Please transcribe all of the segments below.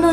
の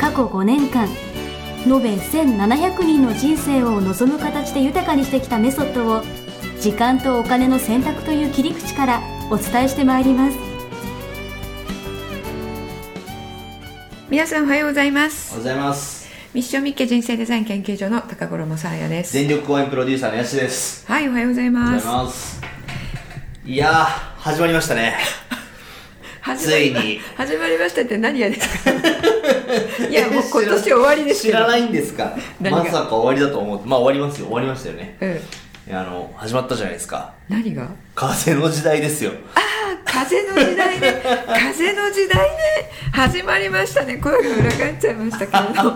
過去5年間延べ1700人の人生を望む形で豊かにしてきたメソッドを時間とお金の選択という切り口からお伝えしてまいります皆さんおはようございますおはようございますミッションミッケ人生デザイン研究所の高頃もさあやです全力応援プロデューサーのやしですはいおはようございおはまようすございますいやー始まりましたね始まりまついに始まりましたって何やですか いやもう今年終わりです知よらないんですか何がまさか終わりだと思ってまあ終わりますよ終わりましたよねうんいやあの始まったじゃないですか何が風の時代ですよああ風の時代ね風の時代ね始まりましたね声が裏返っちゃいました けれど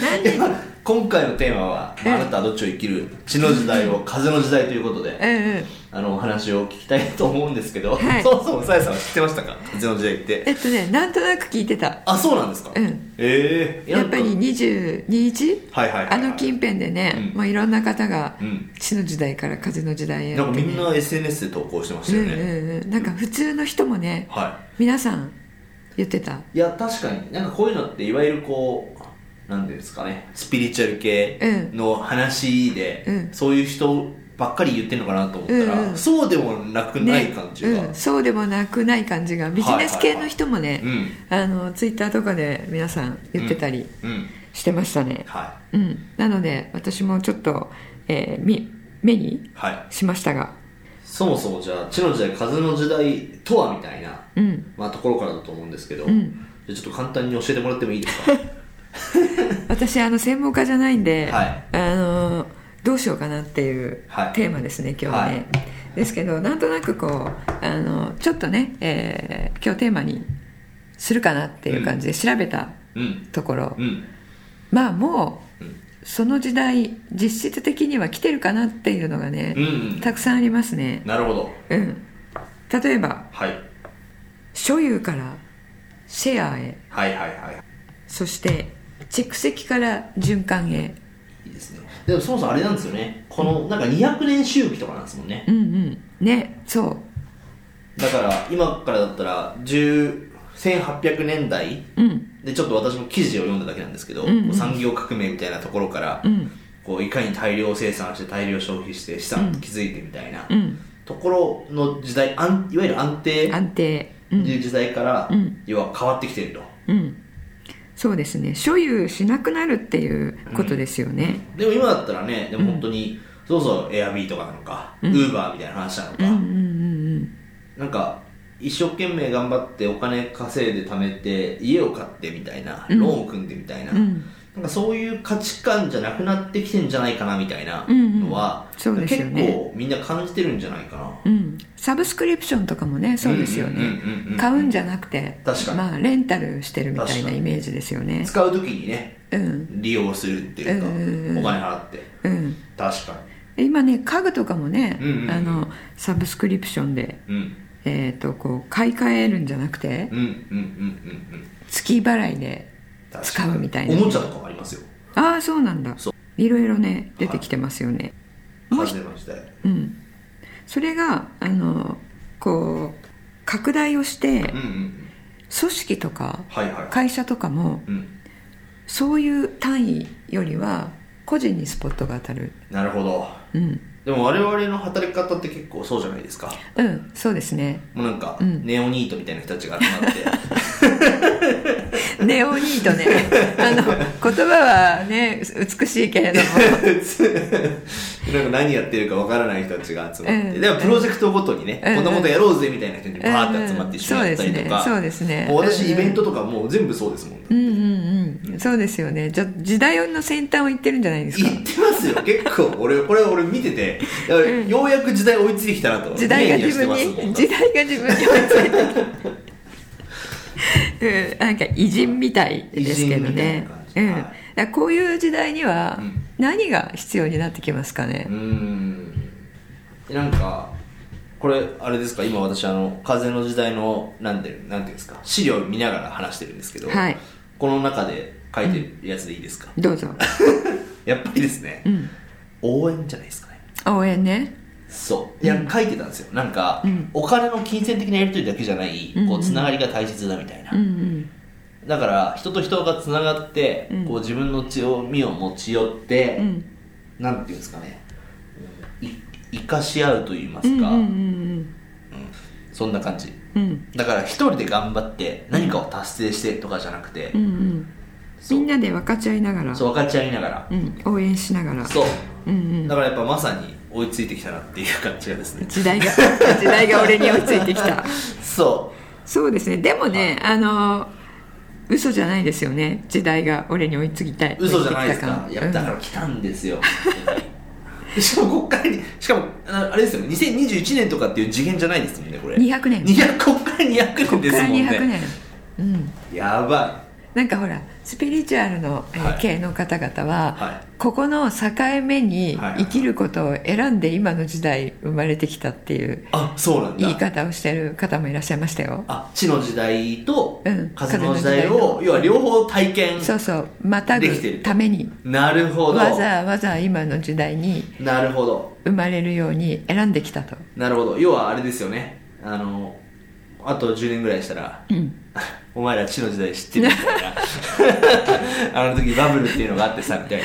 何今回のテーマは「あええなたはどっちを生きる地の時代 を風の時代」ということでうんうんあのお話を聞きたいと思うんですけど、はいそもそもさやさんは知ってましたか風の時代ってえっとねなんとなく聞いてたあそうなんですか、うんええやっぱりなんか22日はいはいはいはいあの近辺でね、うんもういろんな方がうん死の時代から風の時代へなんかみねんな SNS で投稿してましうたよんね、うんうんなんか普通の人もね、は皆さん言ってたいいや確かになんかこういうのっていわゆるこうなんていうんですかねスピリチュアル系の話で、うんそういう人ばっかり言ってるのかなと思ったら、うんうんそうでもなくねない感じが、うん、そうでもなくない感じがビジネス系の人もね、あのツイッターとかで皆さん言ってたりうんうんしてましたね、はうんなので私もちょっと、えーみ目にいはいしましたがそもそもじゃあ地の時代風の時代とはみたいな、うんまあ、ところからだと思うんですけど、んじゃあちょっと簡単に教えてもらってもいい ですか私あの専門家じゃないんで、はいあのどうしようかなっていうはいテーマですね、今日はね、はいですけどなんとなくこうあのちょっとね、えー今日テーマにするかなっていう感じで調べたうんところ、うんまあもう、うんその時代実質的には来てるかなっていうのがね、うんうんたくさんありますね、なるほどうん、例えばはい所有からシェアへはいはいはいそして蓄積から循環へいいですねでもそもそもあれなんですよねこのなんか200年周期とかなんですもんねうんうんねそうだから今からだったら10 1800年代うんでちょっと私も記事を読んだだけなんですけど、んうん産業革命みたいなところから、うんこういかに大量生産して大量消費して資産築いてみたいな、うんところの時代安いわゆる安定安定うとんいう時代から、うん要は変わってきてるとうんそうですね所有しなくなるっていうことですよねでも今だったらねでも本当に、そうそうエアビーとかなのか、ウーバーみたいな話なのうんか、うんうんなんか一生懸命頑張ってお金稼いで貯めて家を買ってみたいな、うんローンを組んでみたいな、うんなんかそういう価値観じゃなくなってきてんじゃないかなみたいなうんうんのは、そうですよね結構みんな感じてるんじゃないかな、うんうんサブスクリプションとかもねそうですよねうんうんうんうん買うんじゃなくて確かにまあレンタルしてるみたい確なかにイメージですよね使う時にねうん利用するっていうか、うんうんうんお金払ってうん確か今ね家具とかもねうんうんうんあのサブスクリプションでにうんえーとこう買い替えるんじゃなくてうんうんうんうんうん月払いで確か使にうみたいなおもちゃとかもありますよああそうなんだそういろいろね出てきてますよね、もうひ風の時代うんそれがあのこう拡大をしてうんうんうん組織とかはいはいはい会社とかもうんそういう単位よりは個人にスポットが当たるなるほどうん、でも我々の働き方って結構そうじゃないですかうん、そうですねもうなんか、うんネオニートみたいな人たちが集まっ てネオニートねあの言葉はね美しいけれどもなんか何やってるかわからない人たちが集まって、うんでもプロジェクトごとにね、うんこんなことやろうぜみたいな人にバーって集まって一緒にやったりとか、うんうんそうですねもう私、うんうんイベントとかもう全部そうですもん、うん行うんうんそうですよねじゃ時代の先端を言ってるんじゃないですかってますよ結構俺これ俺見ててだからようやく時代追いついてきたなと時代がニヤニヤ自分してますもにん時代が自分に追いつ いてきたうんなんか偉人みたいですけど偉人みたいねな感じうんはいだからこういう時代にはうん何が必要になってきますかねうー、んなんかこれあれですか今私あの風の時代のなんてなんていうんですか資料見ながら話してるんですけど、はいこの中で書いてるやつでいいですか、どうぞ、やっぱりですね、うん、応援じゃないですかね応援ねそういや、書いてたんですよなんか、うんお金の金銭的なやり取りだけじゃないうんこうんうつながりが大切だみたいな、うんうんだから人と人がつながって、うんこう自分の強みを持ち寄って、うんなんていうんですかねい生かし合うと言いまうんすか、うんうんそんな感じうんうんだから一人で頑張って何かを達成してとかじゃなくて、うんうんみんなで分かち合いながらそう分かち合いながら、うん、応援しながらそううんうんだからやっぱまさに追いついてきたなっていう感じがですね時 代が時代が俺に追いついてきたそそうですねでもねあの嘘じゃないですよね時代が俺に追いつきたい嘘じゃないですか追いいつきたやだ感から来たんですよしかもこっからにしかもああれですよね2021年とかっていう次元じゃないですもんねこれうん200年200こっから200年ですからもんね200年うんやばなんかほらスピリチュアルの、えーはい系の方々は、はここの境目には生いきることを選んで今の時代生まれてきたっていういあそうなんだ言い方をしてる方もいらっしゃいましたよあ地の時代とうん風の時風代を、の時代の要は両方体験そうそうまたぐできてるためになるほどわざわざ今の時代になるほど生まれるように選んできたとなるほど要はあれですよねあのあと10年ぐらいしたら、 お前ら地の時代知ってるみたいな あの時バブルっていうのがあってさみたいな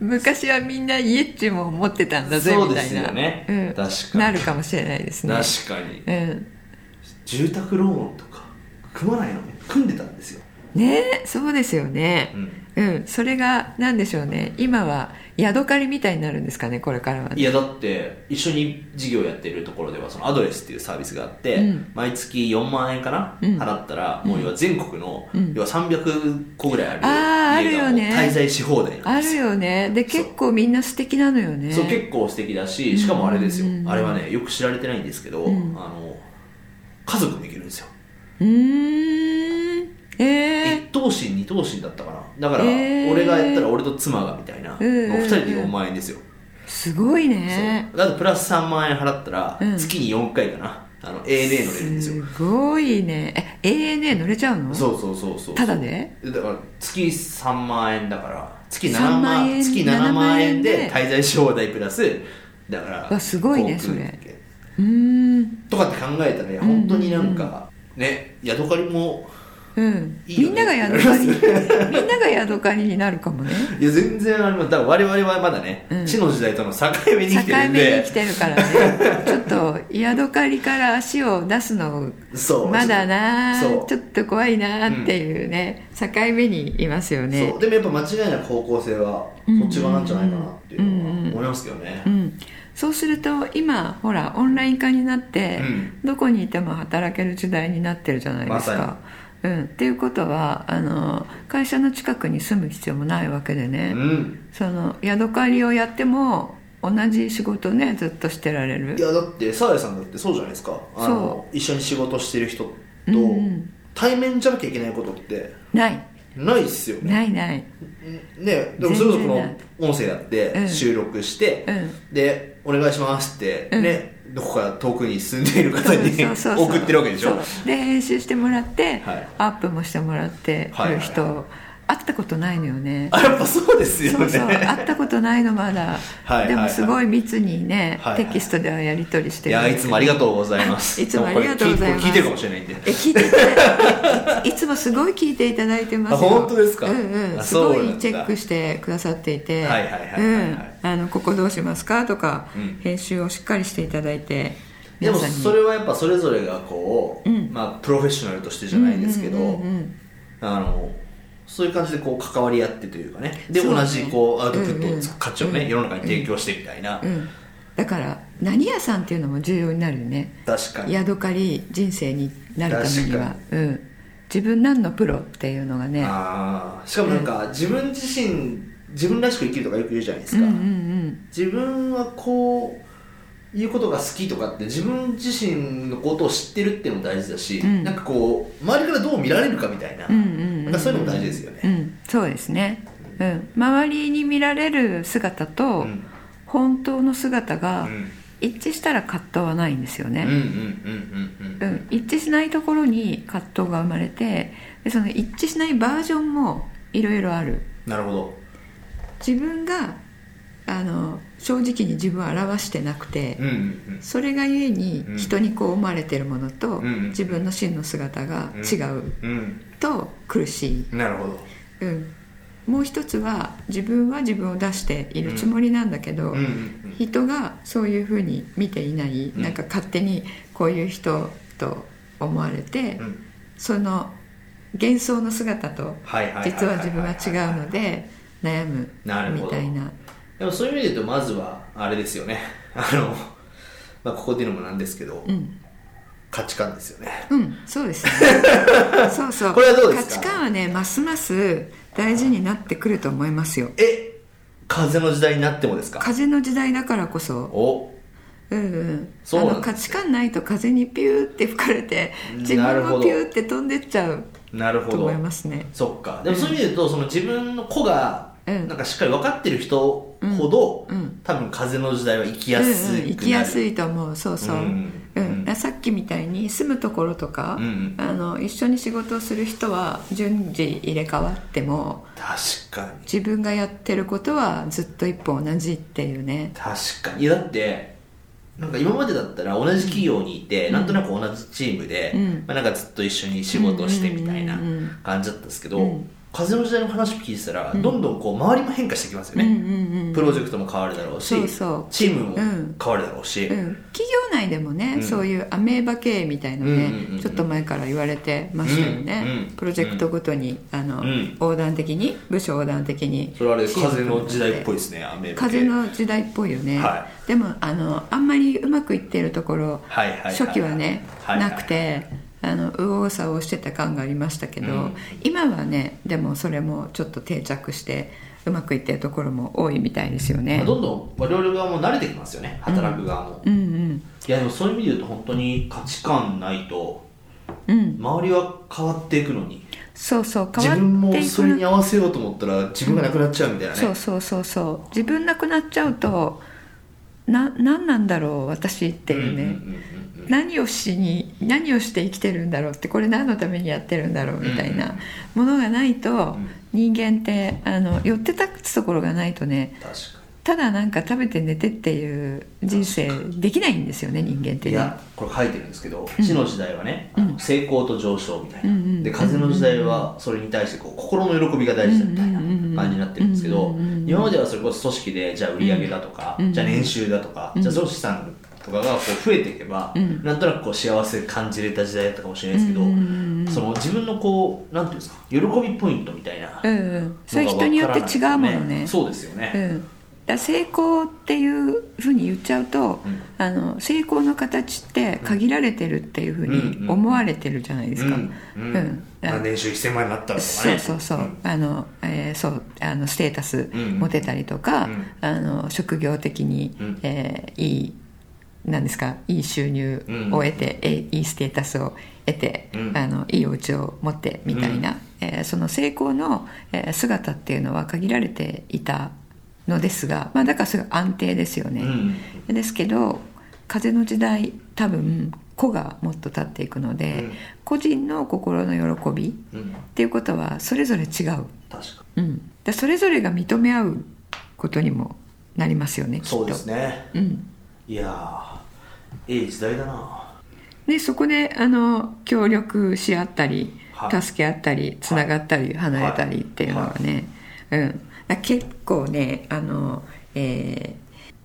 うん昔はみんなイエッチも持ってたんだぜそうみでたいすなよねうん、確かになるかもしれないですね確かにうん住宅ローンとか組まないのに組んでたんですよねえそうですよねうんうん、それが何でしょうね今はヤドカリみたいになるんですかねこれからはいやだって一緒に事業やってるところではそのアドレスっていうサービスがあって、うん毎月4万円かな、うん払ったらもう要は全国の、うん要は300個ぐらいああーる家があるよねもう滞在し放題なあんでするよよねでそう結構みんな素敵なのよねそう結構素敵だししかもあれですよ、うんあれはねよく知られてないんですけど、んあの家族もいけるんですよ、うーんえ一等身二等身だったかなだから、えー俺がやったら俺と妻がみたいな、うんうんうんもう二人で4万円ですよ、ー、すごいねそうだってプラス3万円払ったら、うん月に4回かなあの ANA 乗れるんですよすごいねえ ANA 乗れちゃうのそうそうそうそうただでだから月3万円だから月7 3万万円月7 7万万円円でで滞在し放題プラスだからわすごいね航空券そうーんとかって考えたらいや本当になんか、ねヤドカリもうんいいよねみんながヤド カリにみんながヤドカリになるかもねいや全然あれもだから我々はまだね、うん地の時代との境目に境生きてるん目に来でてるからねちょっとヤドカリから足を出すのそうまだなそうちょっと怖いなっていうね、境目にいますよねそうでもやっぱ間違いなく方向性はそっち側なんじゃないかなっていうのは思いますけどね、うん、そうすると今ほらオンライン化になって、どこにいても働ける時代になってるじゃないですか、まさうん、っていうことはあの会社の近くに住む必要もないわけでね、うんその宿借りをやっても同じ仕事ねずっとしてられるいやだってサーヤさんだってそうじゃないですかあの一緒に仕事してる人とうんうん対面じゃなきゃいけないことってないないっすよねないないねでもそれこそこ全然の音声だうっんて収録して、 うで「お願いします」って、うんねどこか遠くに住んでいる方にそうそうそう送ってるわけでしょそうで編集してもらって、はいアップもしてもらってはいはいる人、会ったことないのよねあやっぱそうですよそねうそう会ったことないのまだ はいはいはでいもすごい密にね、はいはいテキストではやり取りしているんだやけどいつもありがとうございますいつもありがとうございますでもこれ聞いこれ聞いてるかもしれないんでえ聞いていただい いつもすごい聞いていただいてますよあ本当ですかうんうんあすそうごなんだいチェックしてくださっていてはいはいはいはいはういんあのここどうしますかとか、うん編集をしっかりしていただいてでも皆さんにそれはやっぱそれぞれがこう、うんまあ、プロフェッショナルとしてじゃないですけど、うんうんうんうんあのそういう感じでこう関わり合ってというかねでそうね同じこうアウトプットを、うんうん価値をね、世の中に提供してみたいな、うん、だから何屋さんっていうのも重要になるよね確かに宿借り人生になるためには確、うん、自分何のプロっていうのがねあーしかもなんか、自分自身自分らしく生きるとかよく言うじゃないですうんか、うん自分はこういうことが好きとかって自分自身のことを知ってるっていうのも大事だし、うんなんかこう周りからどう見られるかみたいな,、うんうんうんうんなんかそういうのも大事ですよね、うん、そうですね、うん、周りに見られる姿とうん本当の姿うがん一致したら葛藤はないんですようんね、うんうんうんううんん、一致しないところに葛藤が生まれてでその一致しないバージョンもいろいろあるなるほど自分があの正直に自分を表してなくて、うんうんそれがゆえにうん人にこう思われてるものと、うん自分の真の姿が違ううんと苦しい、うんなるほどうん、もう一つは自分は自分を出しているつもりなんだけど、うんうん人がそういうふうに見ていない、うんなんか勝手にこういう人と思われて、うんうんその幻想の姿とはいはいはいいい実は自分は違うので悩むなるほどみたいなでもそういう意味で言うとまずはあれですよね あの、まあ、ここで言うのもなんですけど、うん、価値観ですよねうん、そうです ねそうそうこれはどうですか価値観はねますます大事になってくると思いますよえ風の時代になってもですか風の時代だからこそおうんうん、そうあなんのです価値観ないと風にピューって吹かれて自なる分ほもどピューって飛んでっちゃうなるほとど思いますねそっかでもそういう意味で言うと、その自分の子がうんなんかしっかり分かってる人ほど、うんうん多分風の時代は生きやすくなる、うんうん、生きやすいと思うそうそう、ううんんうんさっきみたいに住むところとか、うんあの一緒に仕事をする人は順次入れ替わっても確かに自分がやってることはずっと一本同じっていうね確かにいやだってなんか今までだったら同じ企業にいて、なんとなく同じチームで、うんまあ、なんかずっと一緒に仕事をしてみたいなうんうんうんうん感じだったんですけど、うん風の時代の話聞いてたら、どんどんこう周りも変化してきますよね、うんうんうんプロジェクトも変わるだろうしそうそうチームもう変んわるだろうし、うん、企業内でもね、うんそういうアメーバ系みたいのね、うんうんうんちょっと前から言われてましたよね、うんうんプロジェクトごとに、あのうん横断的に部署横断的にそれはあれ風の時代っぽいいですねアメーバ系風の時代っぽいよね、はでもあのあんまりうまくいってるところ、はいはいはいはい初期はね、はいはいなくてあの右往左往してた感がありましたけど、うん今はねでもそれもちょっと定着してうまくいってるところも多いみたいですよねどんどん我々側も慣れてきますよね働く側も、ういんうんやでもそういう意味で言うと本当に価値観ないとうん周りは変わっていくのにそうそう自分変わっもていそくれにな合わせようと思ったら自分がなくなっちゃうみたいなね、そうそうそうそう自分なくなっちゃうとな何なんだろう私っていうね、うんうんうんうん何をしに何をして生きてるんだろうってこれ何のためにやってるんだろうみたいなものがないとん人間ってあの寄って立つところがないとね確かただなんか食べて寝てっていう人生できないんですよね人間ってにいねやこれ書いてるんですけど「地の時代はね、あの成功と上昇」みたいな、うんうんで風の時代はそれに対してこう心の喜びが大事だみたいなうんうんうんうん感じになってるんですけど、うんうんうんうん今まではそれこそ組織でじゃあ売り上げだとか、うんじゃあ年収だとか、じゃあ上司さんとかがこう増えていけば、うんなんとなくこう幸せ感じれた時代だったかもしれないですけど、うんうんうんその自分のこうなんていうんですか喜びポイントみたいなうのがんうんそれ人によって違うものわからないですねそうですよね、うん、だから成功っていうふうに言っちゃうと、うんあの成功の形って限られてるっていうふううんうんに思われてるじゃないですか。ううんんうんだまかあ、ら年収1000万円になったらとかそねうそうそう、んあの、えーそう、あの、ステータスうんうん持てたりとか、うんあの、職業的に、うんえーいい、なんですか、いい収入を得て、えーいいステータスを得て、うんあの、いいお家を持って、みたいな、えーその成功の、えー姿っていうのは限られていたのですが、まあ、だからそれが安定ですよね。ですけど風の時代多分個がもっと立っていくので、うん個人の心の喜びうんうん、っていうことはそれぞれ違う、確かうん、だそれぞれが認め合うことにもなりますよねきっとそうですねうん、いやーいい時代だなでそこであの協力し合ったり、はい助け合ったりつながったり、離れたりっていうのはね、うん、だ結構ねあの、えー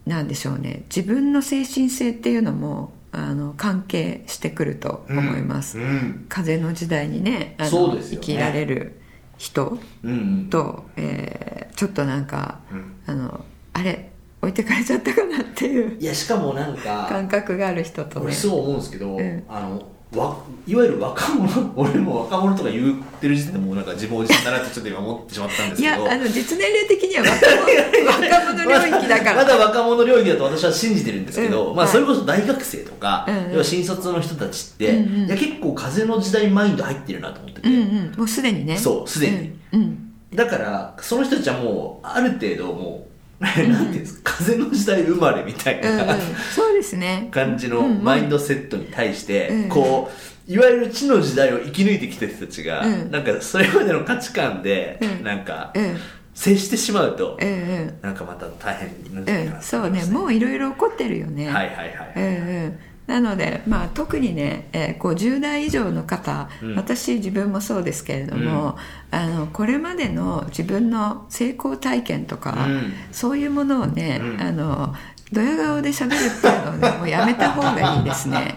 なんでしょうね自分の精神性っていうのもあの関係してくると思います、うん風の時代にねあのそうですよ生ねきられる人うんうんと、えーちょっとなんか、うんあのあれ置いてかれちゃったかなっていういやしかもなんか感覚がある人と俺ねそう思うんですけど、うんあのわいわゆる若者俺も若者とか言ってる時点でもうなんか自分おじさんだなってちょっと今思ってしまったんですいけやどあの実年齢的には若者若者領域だかまらだまだ若者領域だと私は信じてるんですけど、うんまあ、はいそれこそ大学生とか、うんうん要は新卒の人たちって、うんうんいや結構風の時代マインド入ってるなと思ってて、うんうんもうすでにねそうすでに、うんうんだからその人たちはもうある程度もう なんていうんですか風の時代生まれみたいうんうんな、そうですね感じのうんうんマインドセットに対して、うんこういわゆる地の時代を生き抜いてきた人たちが、うんなんかそれまでの価値観で、うんなんか、うん接してしまうと、うんうんなんかまた大変になってうんそうねうもういろいろ起こってるよねはいはいはうい、んうんなので、まあ、特にね、えー、50代以上の方、うん私自分もそうですけれども、あのこれまでの自分の成功体験とか、うんそういうものをね、うんあのドヤ顔で喋るっていうのを、 ね、もうやめた方がいいですね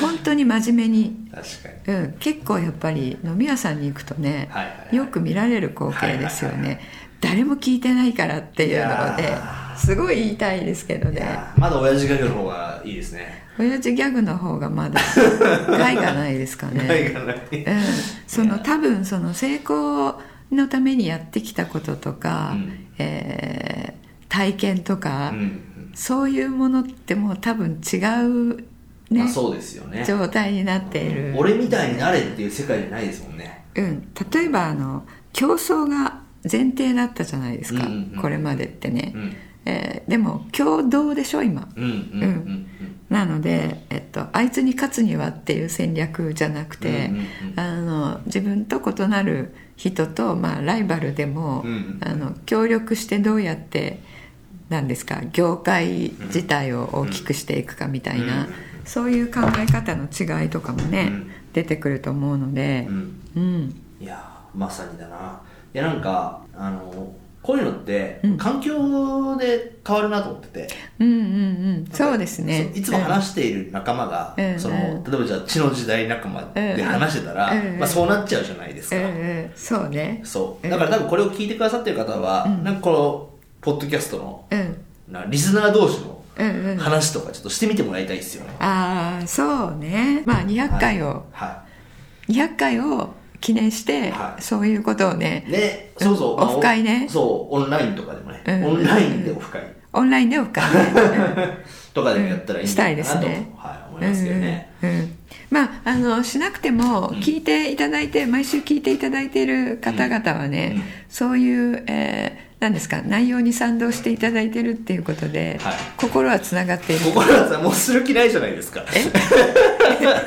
本当に真面目に、確かにうん、結構やっぱり飲み屋さんに行くとね、はいはいはいよく見られる光景ですよね、はいはい誰も聞いてないからっていうのいでやすごい言いたいですけどいね。やーまだ親父ギャグの方がいいですね親父ギャグの方がまだ害がないですかね害がないうん、その多分その成功のためにやってきたこととか、うんえー体験とか、うんそういうものってもう多分違うまねあ、そうですよね状態になっている、俺みたいになれっていう世界じゃないですもんねうん、例えばあの競争が前提だったじゃないですか、うんうんうんこれまでってね、うんえーでも共同でしょ今うんうんうんうんなので、えっと、あいつに勝つにはっていう戦略じゃなくて、うんうんうんあの自分と異なる人と、まあ、ライバルでも、うんうんあの協力してどうやってなんですか業界自体を大きくしていくかみたいな、うんそういう考え方の違いとかもね、うん出てくると思うのでう、んうんいやーまさにだないやなんかあのこういうのってうん環境で変わるなと思ってて、うんうんうんそうですねそういつも話している仲間が、うんそうんの例えばじゃあ地の時代仲間で話してたら、うんうんまあ、そうなっちゃうじゃないですうか、んうんそうねそうだから多分これを聞いてくださってる方は、うんなんかこのポッドキャストのうんなリスナー同士のうんうん話とかちょっとしてみてもらいたいですよね、ああそうねまあ200回を、は200回を記念して、はいそういうことをい、ねねそうそう、うんまあおオフ会ねそうオンラインとかでもね、うんオンラインでオフ会、オンラインでオフ会 ねとかでもやったらいういんじゃないかなと、んしたいですねはい、思ういんますけどね、うんうんまああのしなくてもうん聞いていただいて、毎週聞いていただいている方々はね、うんそういう、えー何ですか内容に賛同していただいてるっていうことで、はい心はつながっている心はさもうする気ないじゃないですかえ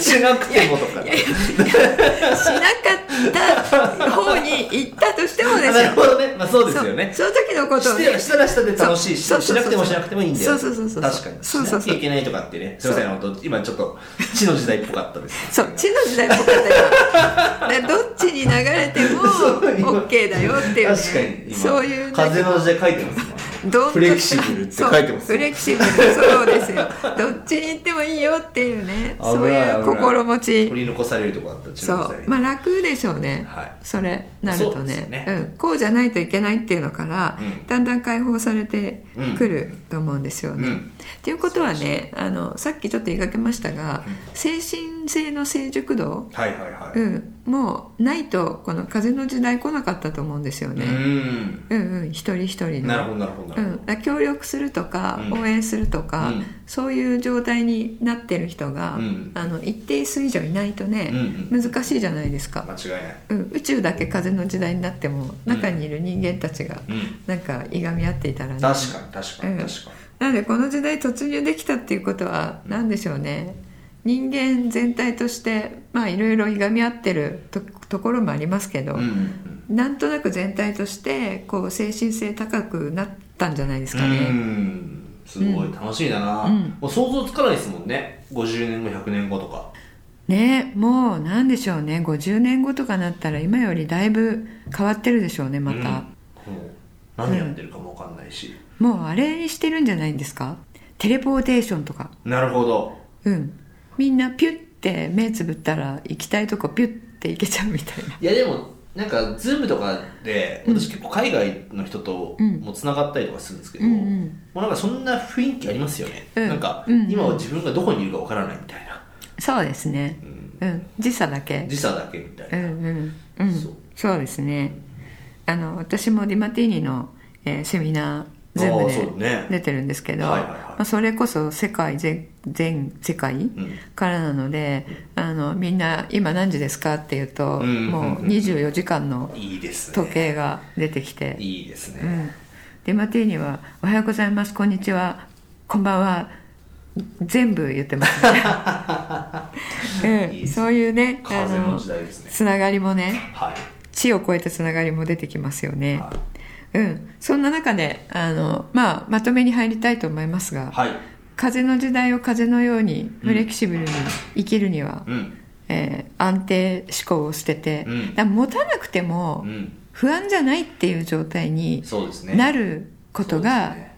しなくてもとかいやいやしなかった方に行ったとしてもですよなるほどね、 まあ、そうですよねそうその時のことをしねてしたらしたで楽しいしそうしそうなそうくてもしなくてもいいんだよそうそうそうそう確かにそうそうそうしなきゃいけないとかってねすいません本当今ちょっと地の時代っぽかったですそう、地の時代っぽかったよ。でどっちに流れてもそう今 OK だよっていう、ね、確かに今そういう風の時代書いてますもんフレキシブルって書いてまそすうフよレキシブルそうですよどっちに行ってもいいよっていうね危ないそういう心持危ないち取り残されるとこあった地その時代うまあ楽でしょうね、はいそれなるそとうですねよねうん、こうじゃないといけないっていうのから、うんだんだん解放されてくると思うんですよね。うんっていうことはねあのさっきちょっと言いかけましたが、精神性の成熟度はいはいはういん、もうないとこの風の時代来なかったと思うんですようね、んうん、うん一人一人のなるほどなるほどなうるほん、だから協力するとか、うん応援するとか、うんそういう状態になってる人が、うんあの一定数以上いないとね、うんう難しいじゃないですどか、間違いないうん、宇宙だけ風の時代になっても中にいる人間たちが、うんなんかいがみ合っていたらね確かに確かにうん確かになのでこの時代突入できたっていうことは何でしょうね人間全体としてまあいろいろいがみ合ってるとところもありますけど、うんうんなんとなく全体としてこう精神性高くなったんじゃないですうかね。んすごい楽しいだな、うんもう想像つかないですもんね50年後100年後とかねもう何でしょうね50年後とかなったら今よりだいぶ変わってるでしょうねまた、うんもう何やってるかもわかんないし、もうあれにしてるんじゃないんですかテレポーテーションとかなるほどうんみんなピュッて目つぶったら行きたいとこピュッて行けちゃうみたいないやでもなんかズームとかで私結構海外の人とうんもつながったりとかするんですけど、うんうもんうなんかそんな雰囲気ありますよね、うんなんかうん今は自分がどこにいるかわからないみたいな、そうですね、うん、時差だけ時差だけみたいうんな、うんうんそうそうですねあの私もディマティーニの、えーセミナー全部あーそうでね出てるんですけどはいはいはいまあそれこそ世界全全世界からなので、あのみんな「今何時ですか?」って言うと、んうんうんもう24時間のいいですね時計が出てきて、いいですね、うんディマティーニは「おはようございますこんにちはこんばんは」全部言ってますね、いいうん、ですねそういうねあ風の時代ですねつながりもねはい地を超えたつながりも出てきますよね、はうん、そんな中であの、まあ、まとめに入りたいと思いますが、はい風の時代を風のようにフレキシブルに生きるには、うんえー安定思考を捨てて、うんだから持たなくてもうん不安じゃないっていう状態にそうですねなることが、そうですね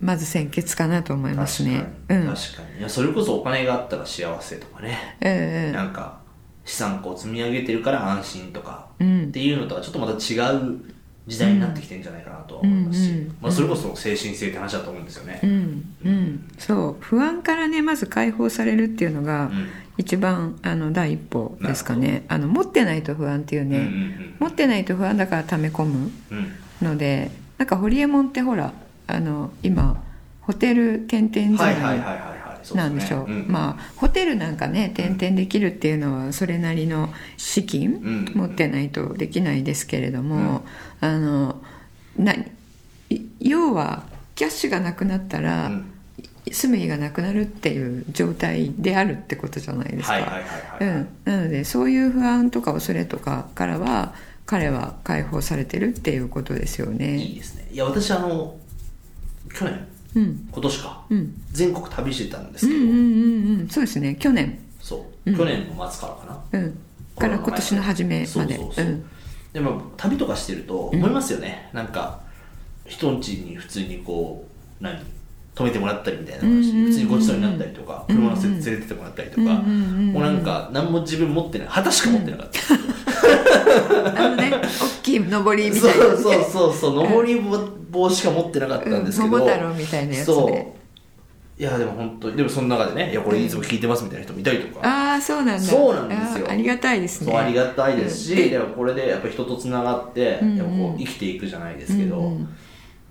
まず先決かなと思いますね。確かに,、うん確かにいやそれこそお金があったら幸せとかね、うんなんか資産こう積み上げてるから安心とか、うんっていうのとはちょっとまた違う時代になってきてるんじゃないかなとは思いますし、うんうんまあ、それこそ精神性って話だと思うんですよね、うんうん、そう不安からねまず解放されるっていうのがん一番あの第一歩ですかねあの持ってないと不安っていうね、うんうんうん持ってないと不安だから溜め込むうんのでなんかホリエモンってほらあの今ホテル転々はい侍はいはいはいはいそうなんでしょうあまあホテルなんかね転々できるっていうのはそれなりの資金、うん持ってないとできないですけれども、あのない要はキャッシュがなくなったら、うん住む家がなくなるっていう状態であるってことじゃないですか。はいはいはいはい、うん、なのでそういう不安とか恐れとかからは彼は解放されてるっていうことですよいいね。ですねいや私あの去年うん今年か、ん全国旅してたんですけど、うんうんうん、そうですね去年、そう、去年の末からかなうん、から今年の初めまでそうそうそう、うんでも旅とかしてると思いますよね、なんか人ん家に普通にこう何泊めてもらったりみたいな話、普通にごちそうになったりとか、車のせ連れてってもらったりとか、もうなんか何も自分持ってない旗しか持ってなかった、あのね大きい上りみ そたいなうそうそうそう登り棒しか持ってなかったんですけど、うん桃太郎みたいなやつねそういやでも本当にでもその中でねいやこれいつも聞いてますみたいな人もいたりとか、ああそうなんだそうなんですよあーありがたいですねそうありがたいですし、でもこれでやっぱ人とつながって、やっぱこう生きていくじゃないですけど、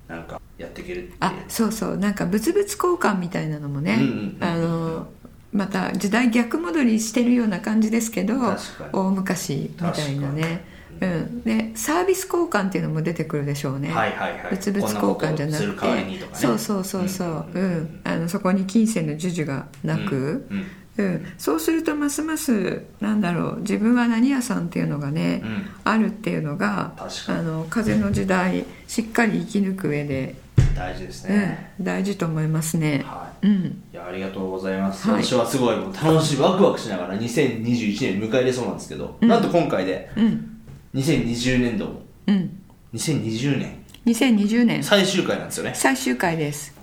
なんかやっていけるってあそうそうなんか物々交換みたいなのもね、うんうんうんあのまた時代逆戻りしてるような感じですけど確かに大昔みたいなね、うん、でサービス交換っていうのも出てくるでしょうね、はいはいはい物々交換じゃなこんなことするく代わてりにとかねそうそうそうそう、うんあのそこに金銭の授受がなく、うんうんそうするとますますなんだろう自分は何屋さんっていうのがね、うんあるっていうのが確かにあの風の時代しっかり生き抜く上で大事ですね、うん、大事と思いますね。はいうん、いやありがとうございます、はい私はすごいもう楽しいワクワクしながら2021年迎えれそうなんですけど、なんと今回でうん、 2020年度もうん。 2020年2020年最終回なんですよね最終回です。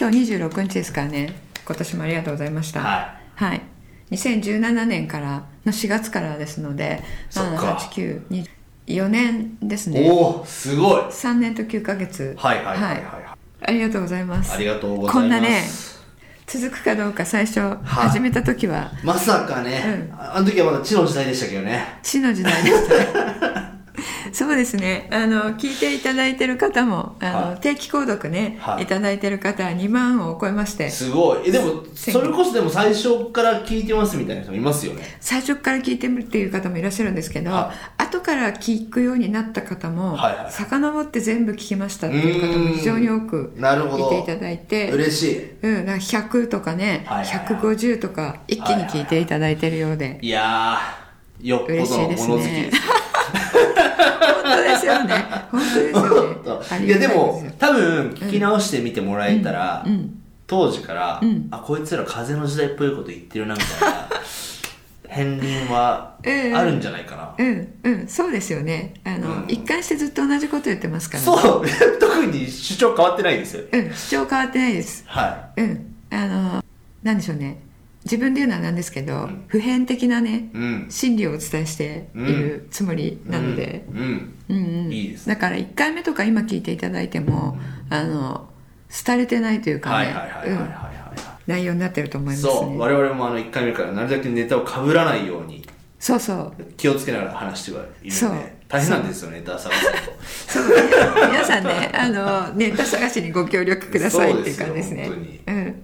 今日26日ですからね。今年もありがとうございました。。はいはい。2017年からの4月からですので、そっか78924年ですね。おおすごいはい3年と9ヶ月。はいはいはい、はいありがとうございます。ありがとうございますこんなね、続くかどうか最初始めた時はまさかね、うああの時はまだ地の時代でしたけどね死の時代でした。そうですね。あの聞いていただいてる方も、あの、はい定期購読ね、はいい、ただいてる方は2万を超えまして、すごいえでもそれこそでも最初から聞いてますみたいな人もいますよね最初から聞いてるっていう方もいらっしゃるんですけど、は後から聞くようになった方も、はいはい遡って全部聞きましたっていう方も非常に多くうーんなるほどいていただいて、嬉しいうん、なんか100とかね、はいはいはい150とか一気に聞いていただいてるようで、いやー、よっぽど嬉しいのです物好きでねす。。本当ですよね。本当ですよね。ありいがたやでですもよ多分聞き直してみてもらえたら、うんうん当時から、うんあこいつら風の時代っぽいこと言ってるなみたい な片鱗はうんあるんじゃないかな、うんうんそうですよねあの、うん一貫してずっと同じこと言ってますからね、そう 特に主張変わってないんですようん主張変わってないですはうんあのなんでしょうね自分で言うのはなんですけど、普遍的なね、いうん真理をお伝えしているつもりなので、うん、うんうんうんいいですねだから1回目とか今聞いていただいてもあの廃れてないというかはいねはいはいはいはいはい、うん内容になってると思いますねそう我々もあの1回目からなるだけネタをかぶらないようにそうそう気をつけながら話してはいるそうので大変なんですよねネタ探すそのう皆さんねあのネタ探しにご協力くださいっていう感じですねそうですようん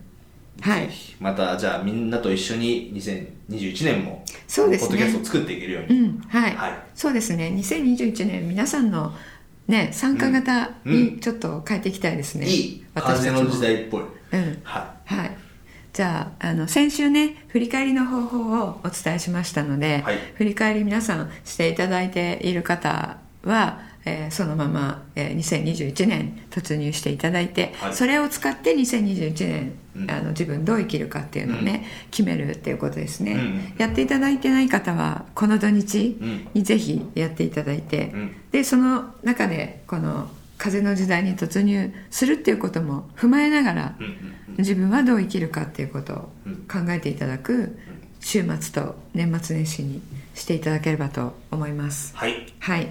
はいぜひまたじゃあみんなと一緒に2021年もそうですねポッドキャストを作っていけるよううに、んはい、はいそうですね2021年皆さんのね参加型うにちょっと変えていきたいですね、いい私風たちもの時代っぽい、うんははいじゃああの先週ね振り返りの方法をお伝えしましたので、はい振り返り皆さんしていただいている方は、えーそのまま、えー2021年突入していただいて、はいそれを使って2021年、うんあの自分どう生きるかっていうのをね、決めるっていうことですね、うんうんやっていただいてない方はこの土日うんにぜひやっていただいて、うんでその中でこの風の時代に突入するっていうことも踏まえながら、い、うんうん自分はどう生きるかっていうことを考えていただく週末と年末年始にしていただければと思いますはいはい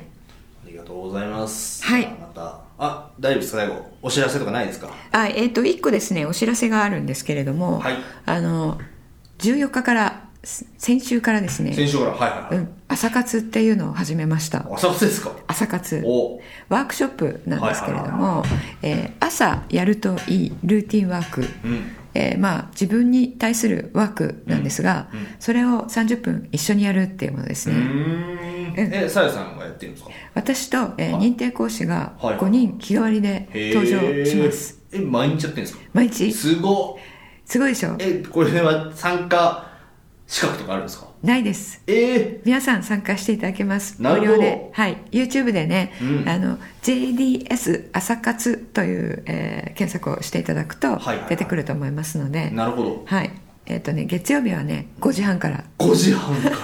ありがとうございますはいじゃあまたあ大丈夫ですか最後お知らせとかないですかあえっ、と1個ですねお知らせがあるんですけれども、はいあの14日からす先週からですね先週からはいはうい、はいん、朝活っていうのを始めました朝活ですか朝活おワークショップなんですけれども、えー朝やるといいルーティンワーク、うんえーまあ、自分に対するワークなんですが、うんうんそれを30分一緒にやるっていうものですうね、ーんえさやさんがやってるんですか私と、えー認定講師がはい5人日替わりでへー登場します、え毎日やってるんですか毎日すごっすごいでしょえこれは参加資格とかあるんですかないですえ皆さん参加していただけますな無るほど料で、はい、YouTube でね、うんあの JDS 朝活という、えー検索をしていただくとはいはい出てくると思いますので、ー、なるほどはい。えっ、とね、月曜日はね、5時半から。 5時半から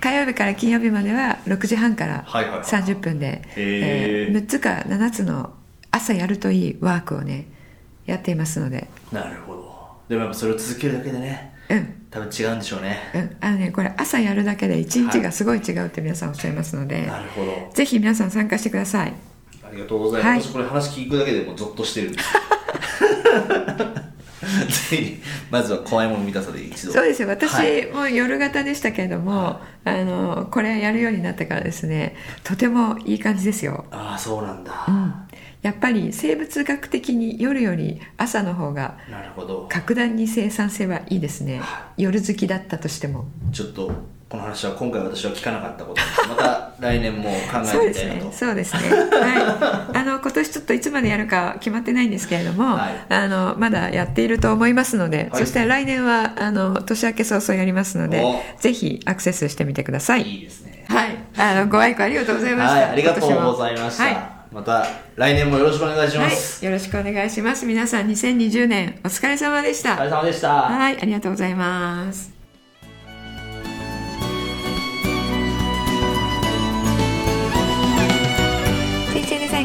火曜日から金曜日までは6時半からはいはいはい30分で、へーえ6つか7つの朝やるといいワークをね、やっていますので。 なるほどでもやっぱそれを続けるだけでねうん。多分違うんでしょうねうん。あのね、これ朝やるだけで1日がすごい違うって皆さんおっしゃいますので、なるほどぜひ皆さん参加してください。ありがとうございます、はい私これ話聞くだけでもうゾッとしてるんで すぜひまずは怖いもの見たさで一度そうですよ私、はいもう夜型でしたけれども、あのこれやるようになってからですねとてもいい感じですよああそうなんだ、やっぱり生物学的に夜より朝の方がなるほど格段に生産性はいいですね夜好きだったとしてもちょっとこの話は今回私は聞かなかったことですまた来年も考そうえですてみたいなねとそうですねはいあ の今年ちょっといつまでやるか決まってないんですけれども、はいあのまだやっていると思いますので、はいそして来年はあの年明け早々やりますのでおぜひアクセスしてみてくださいいいですねはいあのご愛顧ありがとうございましたはいありがとうございました、今年もはいまた来年もよろしくお願いしまはいす、、よろしくお願いします皆さん2020年お疲れ様でしたお疲れ様でした、はい、ありがとうございます。水中デザイ